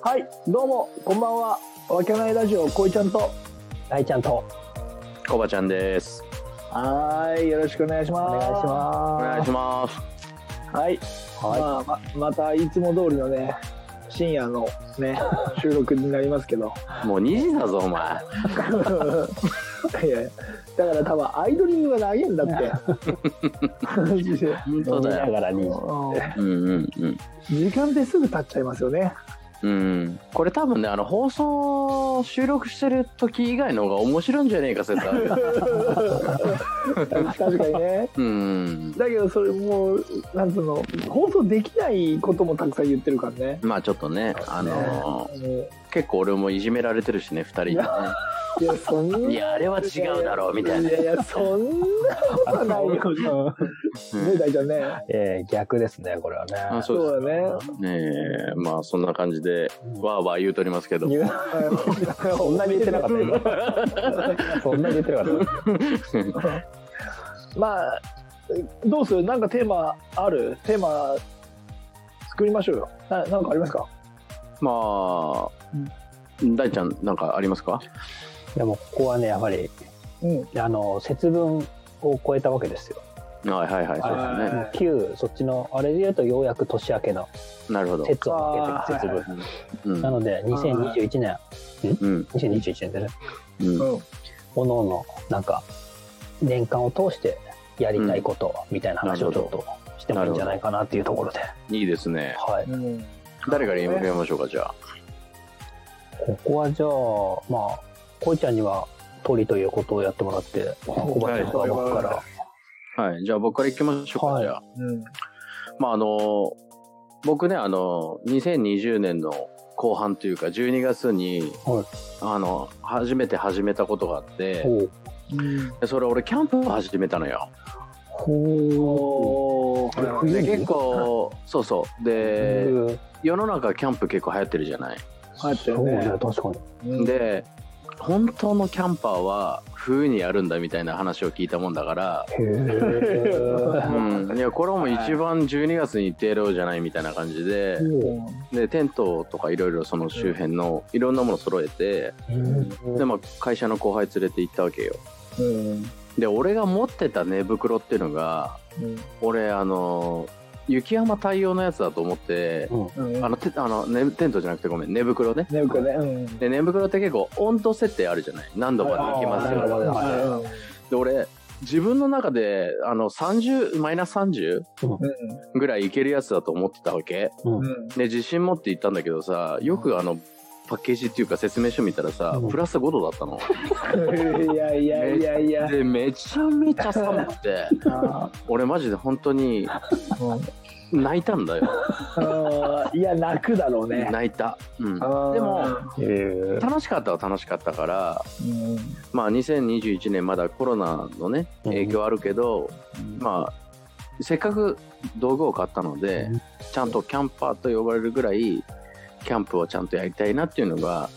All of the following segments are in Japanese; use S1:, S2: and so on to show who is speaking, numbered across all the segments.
S1: はい、どうも、こんばんは。わけないラジオ、こいちゃんと。
S2: 大ちゃんと
S3: コバちゃんです。
S1: はーい、よろしくお願いし
S2: お
S1: ます。
S2: 願いし
S3: お願い
S2: ま
S3: します。
S1: す。はい、
S2: す。はい。
S1: まあ、ままたいつも通りのね、深夜のね、 収録になりますけど。
S3: もう2時だぞ、お前。
S1: いやいやだから多分アイドリングが長いんだ って。マジで
S3: 本
S2: 飲
S3: 当
S2: み
S3: だ
S2: な
S3: よ。
S2: がらに。
S3: うんうんうん。
S1: 時間ってすぐ経っちゃいますよ ね。
S3: うん。これ多分ね、あの、放送収録してる時以外の方が面白いんじゃねえか説あるよ。
S1: 確かにね。
S3: うん。
S1: だけどそれもう、なんつうの、放送できないこともたくさん言ってるからね。
S3: まあちょっとね、あのー
S1: もう
S3: 結構俺もいじめられてるしね、二人でね。
S1: いや、そんな。
S3: いや、あれは違うだろう、みたいな。
S1: いやいや、そんなことないよ。ね、大ちゃんね。
S2: えー逆ですね、これはね。
S3: あそう
S1: そうだね。
S3: ねえ、まあそんな感じで、わーわー言うとりますけど。
S2: 言うそ
S1: そ
S2: んなに言ってなかった今。そんなに言ってなかった。
S1: た。まあ、どうするなんかテーマあるテーマ作りましょうよ。ななんかありますか
S3: まあ、大ちゃん、なんかありますか
S2: でも、ここはね、やはり、
S1: うん。
S2: あの、節分を超えたわけですよ。
S3: はいはいはい、そうですね。
S1: はい
S2: 旧、そっちの、あれで言うと、ようやく年明けの
S3: なるほど。
S2: 節を明けてる節分。
S3: うん
S2: なので、2021年、
S3: うん
S2: 2021年でね、
S3: うん
S1: うん。
S2: おのおの、なんか、年間を通してやりたいこと、みたいな話をちょっとしてもいいんじゃないかなっていうところで。
S3: いいですね。
S2: はい。
S1: うん、
S3: 誰から読みましょうか、じゃあ。
S2: ここはじゃあ、まあ、こいちゃんには鳥ということをやってもらって、小林さんは僕から。
S3: はい。じゃあ僕から行きましょうか、
S2: はい
S3: じゃあ。
S1: うん。
S3: まあ、あの、僕ね、あの、2020年の後半というか、12月に、
S2: はい
S3: あの、初めて始めたことがあって、
S2: ほう。
S1: うん。
S3: でそれ俺、キャンプを始めたのよ。
S2: ほ
S1: お
S2: これ
S1: ー
S2: 冬
S3: で、
S2: に
S3: 結構、そうそう。
S2: う。
S3: で、
S2: うん
S3: 世の中キャンプ結構流行ってるじゃない。
S1: 入って
S2: そ
S1: る
S2: う
S1: ね
S2: ね、確かに。
S1: うん、
S3: で、本当のキャンパーは冬にやるんだみたいな話を聞いたもんだから、
S2: へ
S3: うん、いやこれはもう一番12月に行ってやろうじゃないみたいな感じで,、
S1: うん
S3: でテントとかいろいろその周辺のいろんなもの揃えて、で
S2: え。
S3: まあ、会社の後輩連れて行ったわけよ
S1: うん。
S3: で俺が持ってた寝袋っていうのが俺あの雪山対応のやつだと思って、
S1: うん。
S3: あのてあの、ね、テントじゃなくてごめん寝袋ね
S1: ね、僕ね。うん。
S3: で寝袋って結構温度設定あるじゃない何度まで行きます
S2: あーなる
S3: よ
S2: ほど
S1: はい
S3: で俺自分の中であの30マイナス30ぐらいいけるやつだと思ってたわけ、
S1: うん。うん。
S3: で自信持って行ったんだけどさよくあのパッケージっていうか説明書見たらさ、
S2: うん
S3: プラス5度だったの
S1: いやいやいやいや。
S3: でめちゃめちゃ寒くて
S1: あ
S3: 俺マジで本当に泣いたんだよ
S1: ーいや、泣くだろうね。
S3: 泣いた、うん、
S1: あー
S3: でも、
S2: へえ。
S3: 楽しかったは楽しかったから
S1: うん
S3: まあ2021年まだコロナのね
S2: うん
S3: 影響あるけど、まあせっかく道具を買ったので、
S2: うん
S3: ちゃんとキャンパーと呼ばれるぐらいキャンプをちゃんとやりたいなっていうのが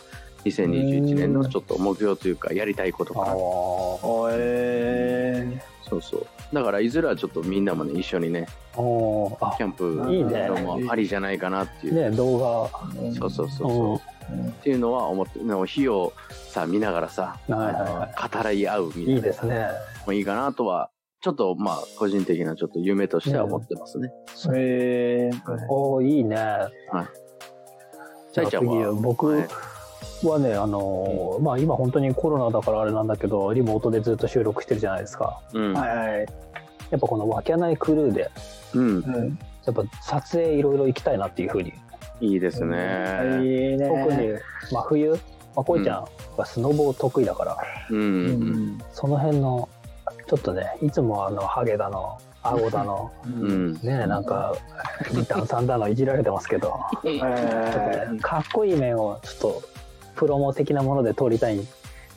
S3: 2021年のちょっと目標というかやりたいことか
S2: あ
S3: な
S2: あ。
S1: おえ
S3: そうそうだからいずれはちょっとみんなもね一緒にね
S2: ああ。
S3: キャンプ
S1: いいね
S3: のもありじゃないかなっていう
S2: ね、動画。
S1: ー
S3: そうそうそう
S2: うん。
S3: そ
S2: は
S3: うっていうのは思ってでも火をさ見ながらさ
S2: いはいは
S3: 語り合うみたい
S2: い。い
S3: ない
S2: ですね。
S3: もいいかなとはちょっとまあ個人的なちょっと夢としては思ってますね、
S1: えー
S2: おお、いいね。
S3: チャイちゃん
S2: じゃあ
S3: は
S2: 次僕
S3: はい
S2: はね、あのーまあ今本当にコロナだからあれなんだけど、リモートでずっと収録してるじゃないですか。
S3: うん
S1: はいはい。
S2: やっぱこのわけないクルーで、
S3: うん
S1: うん
S2: やっぱ撮影いろいろ行きたいなっていうふうに、
S3: いいですね
S1: いいね。
S2: 特に真冬、まあ、こいちゃんがスノボー得意だから、
S3: うん
S1: う
S3: うん
S1: ん。
S2: その辺の、ちょっとね、いつもあの、ハゲだの、顎だの、
S3: うん
S2: ねえ、なんか、リタンさんだのいじられてますけど、ちょっ
S1: え
S2: とねかっこいい面をちょっと、プロモ的なもので撮りたい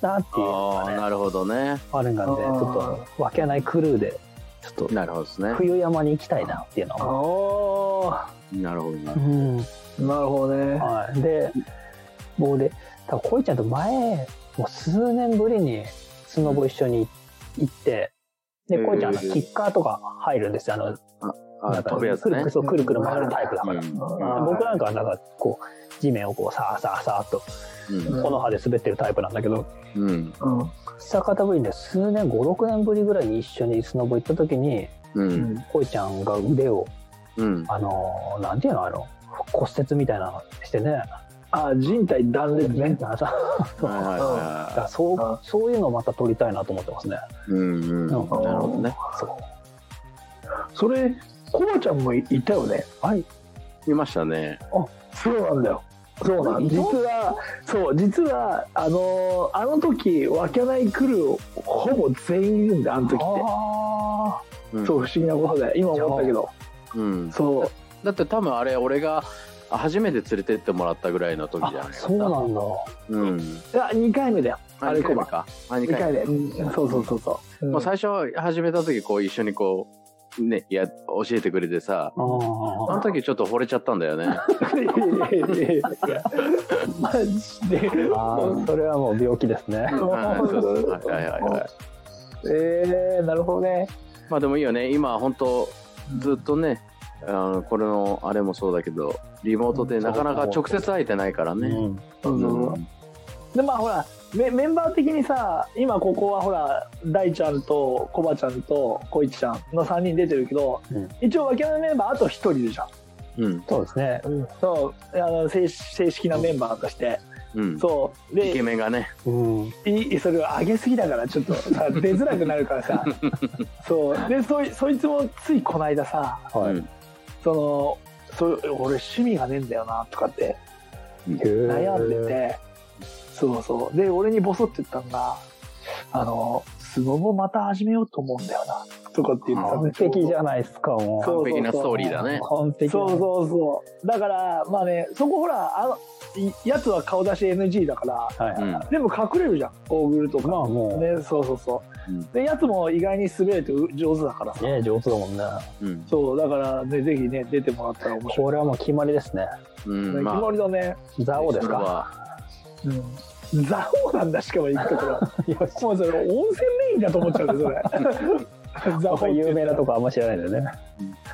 S2: なっていう
S3: ああ、なるほどね。
S2: あるんがんで、ち
S1: あー
S2: ょっと、わけないクルーで、ちょっ
S3: なるほどですね
S2: と、。冬山に行きたいなっていうの
S1: ー
S2: は。
S1: お
S3: なるほどな
S2: う。ん
S1: ーなるほどね。
S2: はい、で、もう俺、多分こいちゃんと前、もう数年ぶりにスノボ一緒に行って、で、こいちゃん、あ
S3: う
S2: の
S3: ん
S2: キッカーとか入るんですよ。あの、
S3: あ
S2: だから
S3: 飛ぶやつね
S2: くる。そうくるくる回るタイプだから、
S3: うん
S1: うん
S2: 僕なんかはなんかこう地面をこうさあさあさあっと
S3: うん
S2: 木の葉で滑ってるタイプなんだけど、
S3: うん
S1: うん
S2: 久方ぶりにね数年56年ぶりぐらいに一緒にスノボ行った時に
S3: うん
S2: こいちゃんが腕を
S3: うん
S2: あのーなんていうのあの骨折みたいなのしてね
S1: あ人体断裂
S2: メン
S1: ね
S2: テナンスだ
S3: はいはい
S2: か
S3: は
S2: らそう
S1: うん
S2: そういうのをまた撮りたいなと思ってますね
S3: いうんうんなるほどね
S2: そう
S1: それコバちゃんもいたよね
S2: はい
S3: 見ましたね
S1: そうなんだよそうなの
S2: いた
S1: 実はそう実はあのーあの時わけないクルーほぼ全員いるんだあの時っ
S2: あ
S3: う
S1: て
S3: ん
S1: そう不思議なことで今思ったけど
S3: うん
S1: そう
S3: だって多分あれ俺が初めて連れてってもらったぐらいの時じゃない
S2: あそうなんだ
S3: うん
S1: いや2回目だよ
S3: あ
S1: あ
S3: れ
S1: れ
S3: コ
S1: コ
S3: バ
S1: バ
S3: かあ二
S1: 2
S3: 回
S1: 回目うんそうそうそうそううん
S3: もう最初始めた時こう一緒にこうねいや教えてくれてさ
S2: あ
S3: あの時ちょっと惚れちゃったんだよね
S1: いやマジで
S2: ーあーそれはもう病気ですね
S3: はい はいそうそうはいはいはいはい
S1: えー、なるほどね
S3: まあでもいいよね今本当ずっとねあのこれのあれもそうだけどリモートでなかなか直接会えてないから
S2: う
S3: ね、
S2: ん
S1: そうそうそうでまあほらメメンバー的にさ今ここはほら大ちゃんとコバちゃんとコイチちゃんの3人出てるけど、
S2: うん
S1: 一応分けのメンバーあと1人いるじゃん、
S3: うん
S2: そうですね
S1: そうあの正正式なメンバーとして、
S3: うん
S1: そう
S3: イケ
S1: で
S3: メンがね
S2: うん
S1: いいそれを上げすぎだからちょっとさ出づらくなるから さそうでそいそいつもついこの間さ
S2: はい、
S3: うん
S1: そのそう俺趣味がねえんだよなとかって悩
S2: 悩
S1: んでて、そうそう。で、俺にボソって言ったのが、あの、スノボまた始めようと思うんだよな、とかって言ってた
S2: 完
S1: ね
S2: 璧じゃないですかもう
S1: そう
S3: 完璧なストーリーだね
S2: 完璧
S1: そうそうそうそう。だから、まあね、そこほら、あの、いやつは顔出し NG だから、
S2: う、はいはい
S3: うん
S1: 全部隠れるじゃん、ゴーグルとか。
S2: まあもう
S1: ね、そうそうそう。
S3: うん
S1: で、やつも意外に滑れて上手だからさ。
S2: ね上手だもんね
S3: うん
S1: そう、だからね、ぜひね、出てもらったら面白
S2: これはもう決まりですね
S3: うん
S1: い。ね、決まりだね。
S2: ザオですか
S3: か
S1: うん。ザオなんだ、しかも行くところ。
S2: よし
S1: もうそれ温泉メインだと思っちゃうんだよそれザ
S2: なん
S1: ホ
S2: か有名なとこあんま知らないんだよね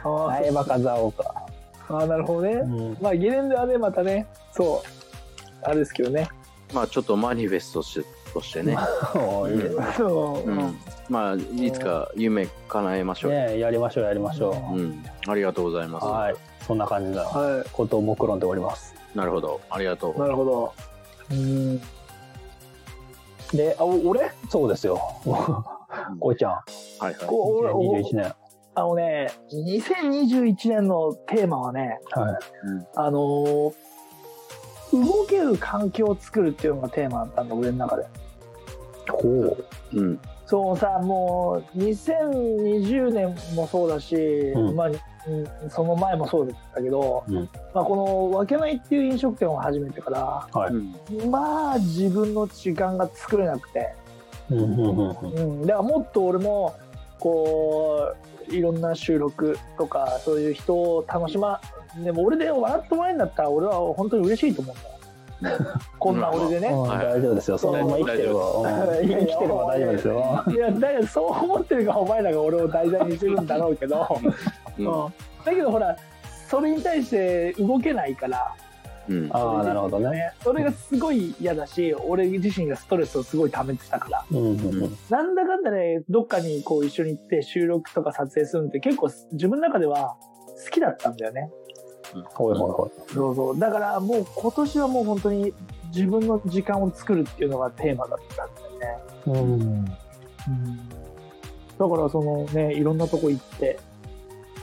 S1: あー
S2: 苗場かザオか、
S1: あーなるほどね、
S2: うん、
S1: まあゲレンデはねまたねそうあれですけどね
S3: まあちょっとマニフェストしとしてね、
S2: おーいいです
S1: そう、
S3: うんまあいつか夢叶えましょう、
S2: ねやりましょうやりましょう、
S3: うん、ありがとうございます、
S2: はいそんな感じな
S1: は
S2: ことを目論んでおります
S3: なるほどありがと
S1: いな
S3: う
S1: るほどうん
S2: で
S1: あお俺
S2: そうですよこいちゃん
S3: はいはい
S1: こ俺
S2: 21年
S1: あのね2021年のテーマはね
S2: はい
S1: あのー動ける環境を作るっていうのがテーマだったんだ俺の中で
S2: こ
S3: うん
S1: そうさもう2020年もそうだし、
S2: うん
S1: まあうんその前もそうだったけど、
S2: うん
S1: まあ、この「わけない」っていう飲食店を始めてから
S3: うん
S1: まあ自分の時間が作れなくて、
S2: ううんうんうんうん
S1: うん、だからもっと俺もこういろんな収録とかそういう人を楽しまでも俺で笑ってもらえるんだったら俺は本当に嬉しいと思うんだよ こんな俺でね、
S2: うん
S3: はい
S2: 大丈夫ですよそのまま生きてればうん生きてれば大丈夫ですよ
S1: いやだからそう思ってるからお前らが俺を題材にしてるんだろうけど、う
S3: う
S1: んん、だけどほらそれに対して動けないから
S3: うん
S2: ああなるほどね
S1: それがすごい嫌だし俺自身がストレスをすごい溜めてたから
S2: うんうんうん
S1: なんだかんだねどっかにこう一緒に行って収録とか撮影するのって結構自分の中では好きだったんだよね
S2: ほいほいほい
S1: そうそうだからもう今年はもう本当に自分の時間を作るっていうのがテーマだったんだよね
S2: うん
S1: だからそのねいろんなとこ行って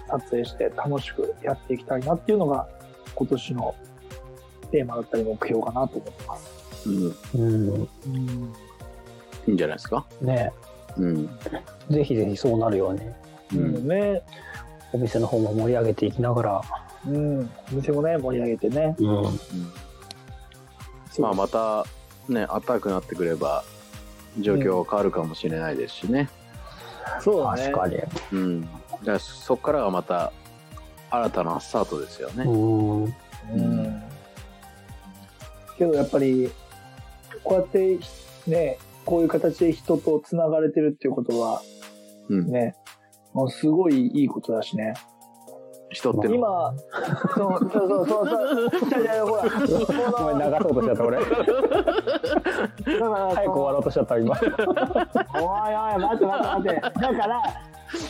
S1: 撮影して楽しくやっていきたいなっていうのが今年のテーマだったり目標かなと思ってます。
S3: うん
S2: うん
S1: うん
S3: いいんじゃないですか
S2: ね
S3: うん
S2: ぜひぜひそうなるように
S3: うん
S1: ね、
S2: お店の方も盛り上げていきながら、
S1: うん、お店もね盛り上げてね。
S3: まあまたね暖かくなってくれば状況変わるかもしれないですしね
S1: そうだね
S2: 確。かに、
S3: うんだからそこからがまた新たなスタートですよね
S2: うん
S1: う
S3: に
S1: ん。けどやっぱりこうやってねこういう形で人とつながれてるっていうことは
S3: うん
S1: ね、もうすごいいいことだしね。
S3: 人ってのは
S1: 今、そうそうそうそうそう。じゃじゃほら、こ
S2: ごめん、流
S1: の
S2: そうとしちゃった、俺。早
S1: だから
S2: く終わろうとしちゃった、今。
S1: おいおい待って待って待ってだから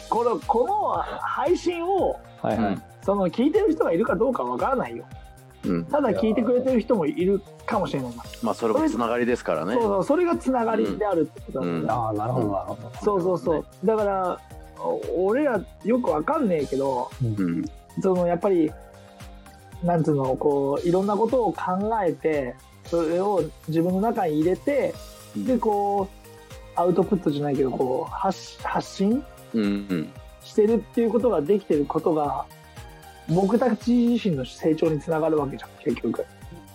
S1: このこの配信を
S2: はいはい。
S1: その聞いてる人がいるかどうかわからないよ
S3: うん、
S1: ただ聞いてくれてる人もいるかもしれない、
S3: まあそれもつながりですからね
S1: そうそうそれがつながりであるってことだ、
S3: うん
S2: ああ、なるほど、なるほど。
S1: そうそうそうだからお俺らよくわかんねえけど
S3: うん
S1: そのやっぱりなんつうのこういろんなことを考えてそれを自分の中に入れてでこうアウトプットじゃないけどこう発発信
S3: うんうん
S1: してるっていうことができてることが僕たち自身の成長につながるわけじゃん結局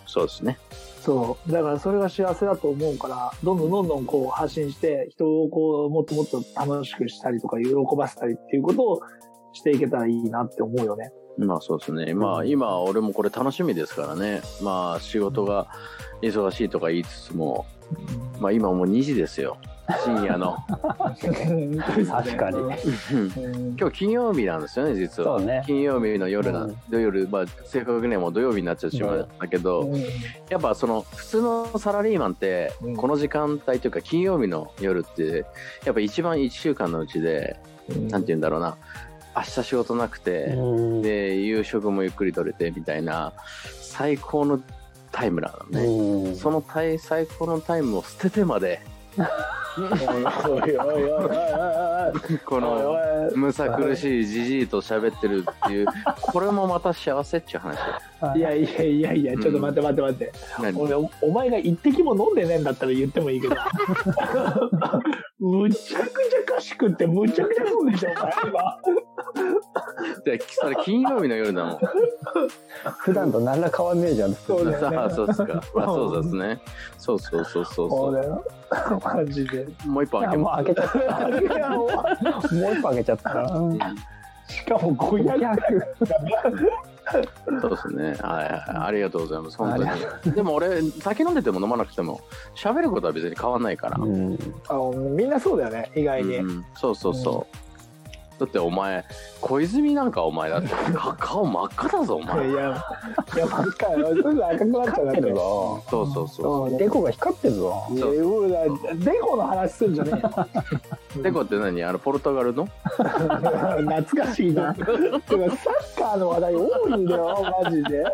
S3: そうですね
S1: そうだからそれが幸せだと思うからどんどんどんどんこう発信して人をこうもっともっと楽しくしたりとか喜ばせたりっていうことをしていけたらいいなって思うよね
S3: まあそうですねまあ今俺もこれ楽しみですからねまあ仕事が忙しいとか言いつつもまあ今もう2時ですよ深夜 の
S1: 確
S2: 確かに
S3: うん
S1: うん
S3: 今日金曜日なんですよね実は
S2: そうね
S3: 金曜日の夜な、
S2: うん
S3: 土曜日まあ正確にはもう土曜日になっちゃってしまうんだけど、やっぱその普通のサラリーマンって
S1: うん
S3: この時間帯というか金曜日の夜ってやっぱ一番1週間のうちでなんて言うんだろうな明日仕事なくて、
S2: うん
S3: で夕食もゆっくり取れてみたいな最高のタイムなのね、
S2: うん
S3: そのタイ最高のタイムを捨ててまで
S1: おいおいおいおいおいおい
S3: この
S1: おい
S3: むさ苦しいじじいと喋ってるっていうこれもまた幸せっちゅう話よ
S1: いやいやいやいやちょっと待って待って待って
S3: 何
S1: 俺おお前が一滴も飲んでねえんだったら言ってもいいけど むちゃくちゃ賢くってむちゃくちゃ飲んでしょお前今
S3: でそれ金曜日の夜だもん。
S2: 普段と何ら変わんねえじゃん。
S1: そうだよね
S3: あそうですか。あそうですね。そうそうそうそ
S1: そ
S3: うそうう。
S1: だよマジで
S3: もう一本開
S2: あ
S3: け
S2: も
S3: ま
S2: う開けちゃっ
S1: いやもう
S2: た。もう一個開けちゃった。うん
S1: しかも500円
S3: す。そうですね。はいはい。ありがとうございます。本当に。でも俺酒飲んでても飲まなくても喋ることは別に変わんないから。う
S2: うん
S1: あみんなそうだよね意外に、
S3: ん。そうそうそう。だってお前小泉なんかお前だってか顔真っ赤だぞお前。
S1: いやいやばっかよすぐ赤くなっちゃうだっ
S2: 光っててるぞ。
S3: そうそうそう。
S1: うん
S2: デコが光ってるぞ。
S1: いや
S3: そう
S1: うらデコの話すんじゃねえよ
S3: デコって何あのポルトガルの？
S1: 懐かしいな。でもサッカーの話題多いんだよ、マジで。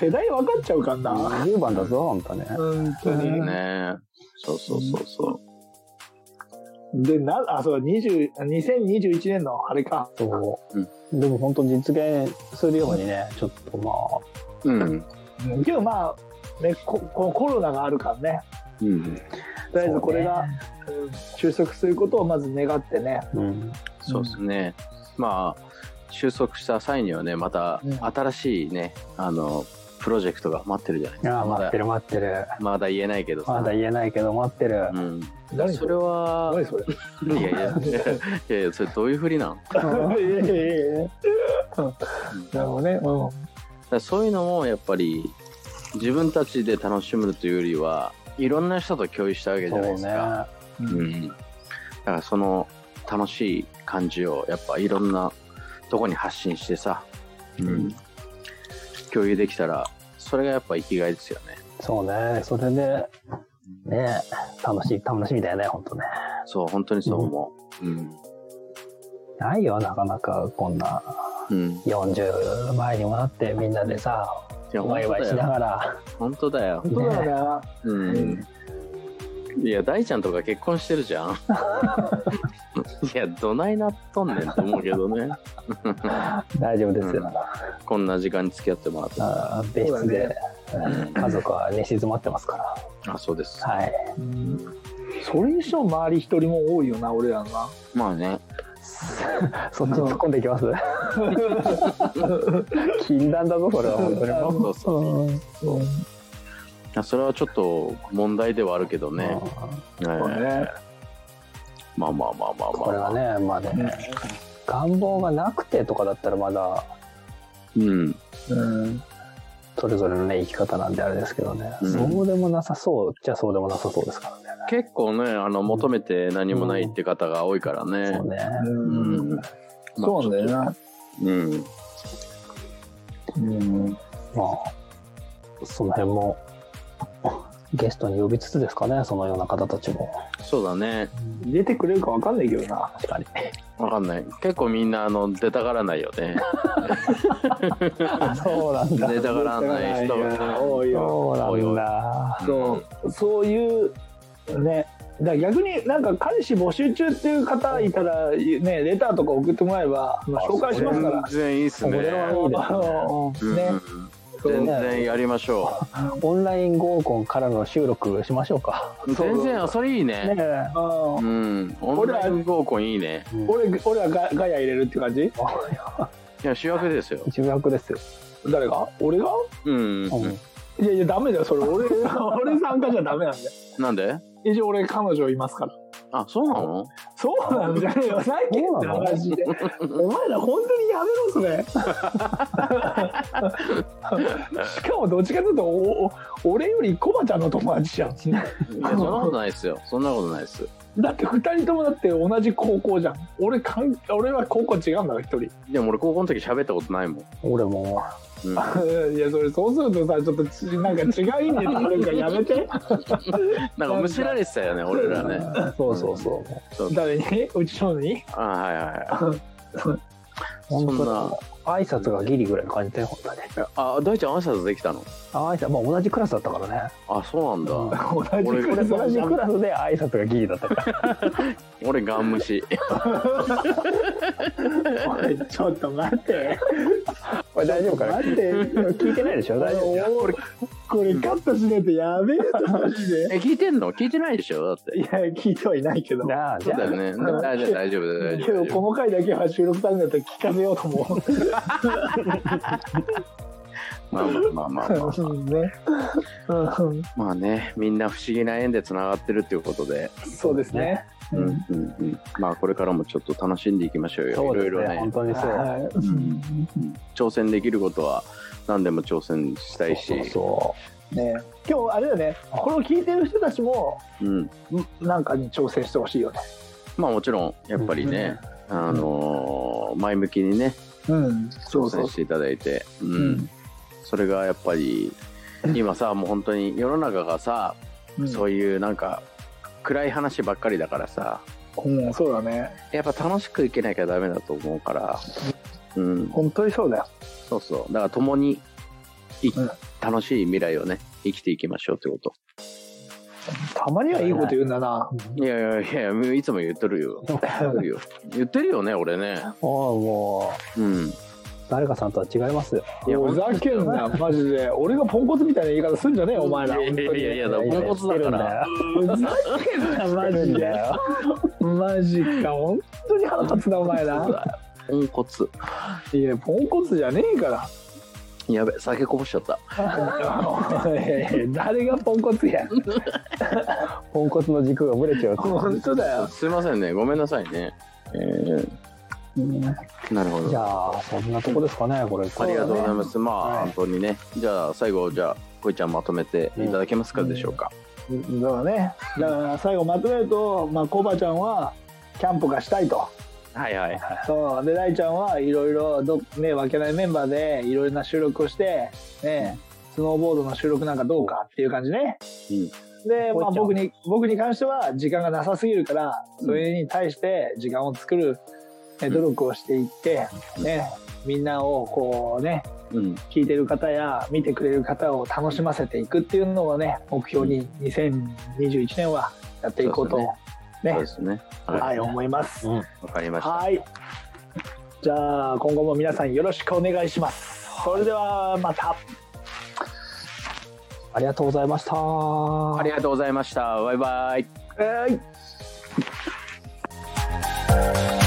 S1: 世代分かっちゃうかんな。
S2: 10番だぞ、ほんとね。
S1: 本当に。
S3: ね。そうそうそうそ
S1: で、な、あ、そう、20 2021年のあれか。
S2: そう
S3: うん
S2: でも本当実現するようにね、ちょっとまあ、
S3: う。うん。
S1: けどまあ、ね、ここコロナがあるからね。
S3: うん。
S1: とりあえずこれが、うん収束することをまず願ってね。
S2: うん、
S3: そうですね。まあ収束した際にはね、また
S1: うん
S3: 新しいね、あのプロジェクトが待ってるじゃないです
S2: あ
S3: か。
S2: あ
S3: ま
S2: 待
S3: だ
S2: ってる待ってる
S3: まだ言えないけどさ。
S2: まだ言えないけど待ってる、
S3: うん。
S1: 何
S3: それは
S1: 何それ。
S3: いやいやいやいやそれどういうふりなん？だ か
S1: いやいやいやいやなるほどね。う
S3: らそういうのもやっぱり自分たちで楽しむというよりは、いろんな人と共有したわけじ
S2: そ
S3: ゃ
S2: う
S3: ない
S2: ね
S3: ですか。う
S1: ね
S3: ん。だからその楽しい感じをやっぱいろんなとこに発信してさ、うん。共有できたら、それがやっぱ生きがいですよね。
S2: そうねそれでね楽しい楽しみだよね本当ね
S3: そう、本当にそう思う。うん。
S2: ないよなかなかこんな
S3: うん。い
S2: 40前にもなってみんなでさ
S3: や、
S2: ワイワイしながら
S3: 本当だよ。
S1: ん。そうだよね。
S3: うん。いや、大ちゃんとか結婚してるじゃん。 いや、どないなっとんねんと思うけどね。
S2: 大丈夫ですよ、
S3: こんな時間に付き合ってもらって。
S2: あー別室で、家族は寝静まってますか
S3: あ、そうです。
S2: らはい
S1: うんそれにしても周り一人も多いよな、俺らのな。
S3: まあね。
S2: そっちに突っ込んでい きます禁断だぞそれは本当にもう
S3: そうそう
S1: そう
S3: あそれはちょっと問題ではあるけどね。
S2: うん
S3: はい
S1: ね。
S3: まあまあまあまあまあ。
S2: これは。ねまあね願望がなくてとかだったらまだ
S3: うん。
S1: うん。
S2: それぞれのね生き方なんであれですけどね、
S3: うん
S2: そうでもなさそうじゃそうでもなさそうですからね
S3: 結構ね、あの、求めて何もないって方が多いからね
S2: そう。ね
S1: うん。
S3: まあ
S1: そうなんだよな。
S3: うん。
S2: うん、まあ、その辺も、ゲストに呼びつつですかね、そのような方たちも。
S3: そうだね。
S1: 出てくれるかわかんないけどな。
S2: 確かに。
S3: わかんない。結構みんな、あの、出たがらないよね。
S1: そうなんだ。
S3: 出たがらない人
S1: が多いよ。
S2: そうなんだ。
S1: そうそういうね。だから逆になんか彼氏募集中っていう方いたらねレターとか送ってもらえば、まあ、紹介しますから。
S3: 全然いいっすね。
S2: 俺は
S1: あ
S2: いいです
S1: の
S3: うん
S1: ね、
S3: 全然やりましょ
S2: オンライン合コンからの収録しましょうか。
S3: う。
S1: そう
S3: 全然、あそれいいね。
S1: ねうん
S3: うん。オンライン合コンいいね。
S1: 俺俺はガガヤ入れるって感じ
S3: いや、主役ですよ。
S2: 重役ですよ。
S1: 誰が俺が
S3: うん。
S2: うん
S1: いやいやダメだよそれ俺 俺参加じゃダメなんだよ
S3: なんで
S1: 一応俺彼女いますから
S3: あ、そうなの
S1: そうなんじゃねえよ最近って話でお前ら本当にやめろそれ しかもどっちかというとおお俺よりコバちゃんの友達じゃん
S3: いや、そんなことないですよ。そんなことないです。
S1: だって2人ともだって同じ高校じゃん俺かん俺は高校違うんだから1人
S3: でも俺、高校の時喋ったことないもん。
S2: 俺も、
S3: うん
S1: いやそれそうするとさちょっとちなんか違いになるからやめて
S3: なんかむしられてたよね、俺らね。
S2: そうそうそう。
S3: そう
S1: 誰にうちのに
S3: あはいはいはい。
S2: 本当だ
S3: そ
S2: 挨拶がギリぐらいの感じで、本当に。
S3: あ、大ちゃん挨拶できたの
S2: あ挨拶、まあ同じクラスだったからね。
S3: あ、そうなんだ。
S2: うん
S1: 同じ
S3: 俺
S1: クラ
S2: 俺
S1: スだ
S2: 同
S1: じ
S2: じ
S1: ゃん
S2: クラスで挨拶がギリだったから。
S3: 俺、ガン虫。
S1: おいちょっと待って
S2: 俺大丈夫かな
S1: 待って
S2: 聞いてないでしょ
S1: あ
S2: 大丈夫
S1: のこれカットしないとやべえぞマジで
S3: え、聞いてんの聞いてないでしょだって
S1: い。や聞いてはいないけど
S2: じゃあ、
S3: そ
S2: じ
S3: う
S2: ゃ
S3: だよね。大丈夫、大丈夫、大
S1: け
S3: 丈
S1: ど
S3: 夫。
S1: この回だけは収録されるんだったら聞かせようと思う
S3: まあまあまあまあまあ。
S1: うんねうん
S3: まあね、みんな不思議な縁で繋がってるっていうことで。
S1: そうですね
S3: うんうんうん。まあこれからもちょっと楽しんでいきましょう
S2: あ、
S3: よ。
S2: そう
S3: いろいろ
S2: ですね。本
S3: ね。
S2: 当にそう。
S1: はい
S3: うんうん挑戦できることは何でも挑戦したいし。
S2: そうそ。
S1: ね今日あれだよねこれを聞いてる人たちも
S3: うん。
S1: なんかに挑戦してほしいよね
S3: まあもちろん、やっぱりね、あのー前向きにね、
S1: うんそ
S3: 挑
S1: うそ
S3: 戦
S1: う
S3: していただいて、うん
S1: うん
S3: それがやっぱり今さもう本当に世の中がさ、
S1: うん
S3: そういうなんか暗い話ばっかりだからさ
S1: うんそうだね
S3: やっぱ楽しくいけなきゃダメだと思うから、うん、
S1: 本当にそうだよ
S3: そうそうだから共にい
S1: うん
S3: 楽しい未来をね生きていきましょうってこと
S1: たまにはいいこと言うんだな
S3: いうやいやいやいつも言ってるよ 言ってるよ言ってるよね俺ね
S2: ああ、も
S3: うん
S2: う、誰かさんとは違いますよ。
S3: いや
S1: おいふざけんなマジで俺がポンコツみたいな言い方すんじゃねえよお前ら
S3: いや
S1: 本
S3: い
S1: 当
S3: やいやい
S1: に
S3: やだからポンコツだから
S1: ふざけ んなマジでマジか本当に腹立つなお前 ら
S3: ポンコツ
S1: いやポンコツじゃねえから
S3: やべ酒こぼしちゃった
S1: おい誰がポンコツや
S2: ポンコツの軸がぶれちゃう。
S1: 本当だよ
S3: すいませんねごめんなさいねえーなるほど
S2: じゃあ、そんなとこですかね、これ。
S3: ありがとうございます。まあ、
S1: はい
S3: 本当にね。じゃあ、最後、じゃあ、こいちゃんまとめていただけますかでしょうか。
S1: そうだねだから最後まとめるとまあコバちゃんはキャンプがしたいと
S3: はいはい。
S1: そうで大ちゃんはいろいろどねわけないメンバーでいろいろな収録をしてねスノーボードの収録なんかどうかっていう感じね、で、まあ、僕に僕に関しては時間がなさすぎるからそれに対して時間を作る、ね
S3: うん
S1: 努力をしていって、
S3: うん
S1: ねみんなをこうね
S3: うん。
S1: 聞いてる方や見てくれる方を楽しませていくっていうのをね目標に2021年はやっていこうと
S3: そう
S1: ね
S3: そうですね。は
S1: はい思います。
S2: うん。
S3: い。わかりました。
S1: はい。じゃあ今後も皆さんよろしくお願いします。それではまた。
S2: ありがとうございました。
S3: ありがとうございました。バイバイ。
S1: はい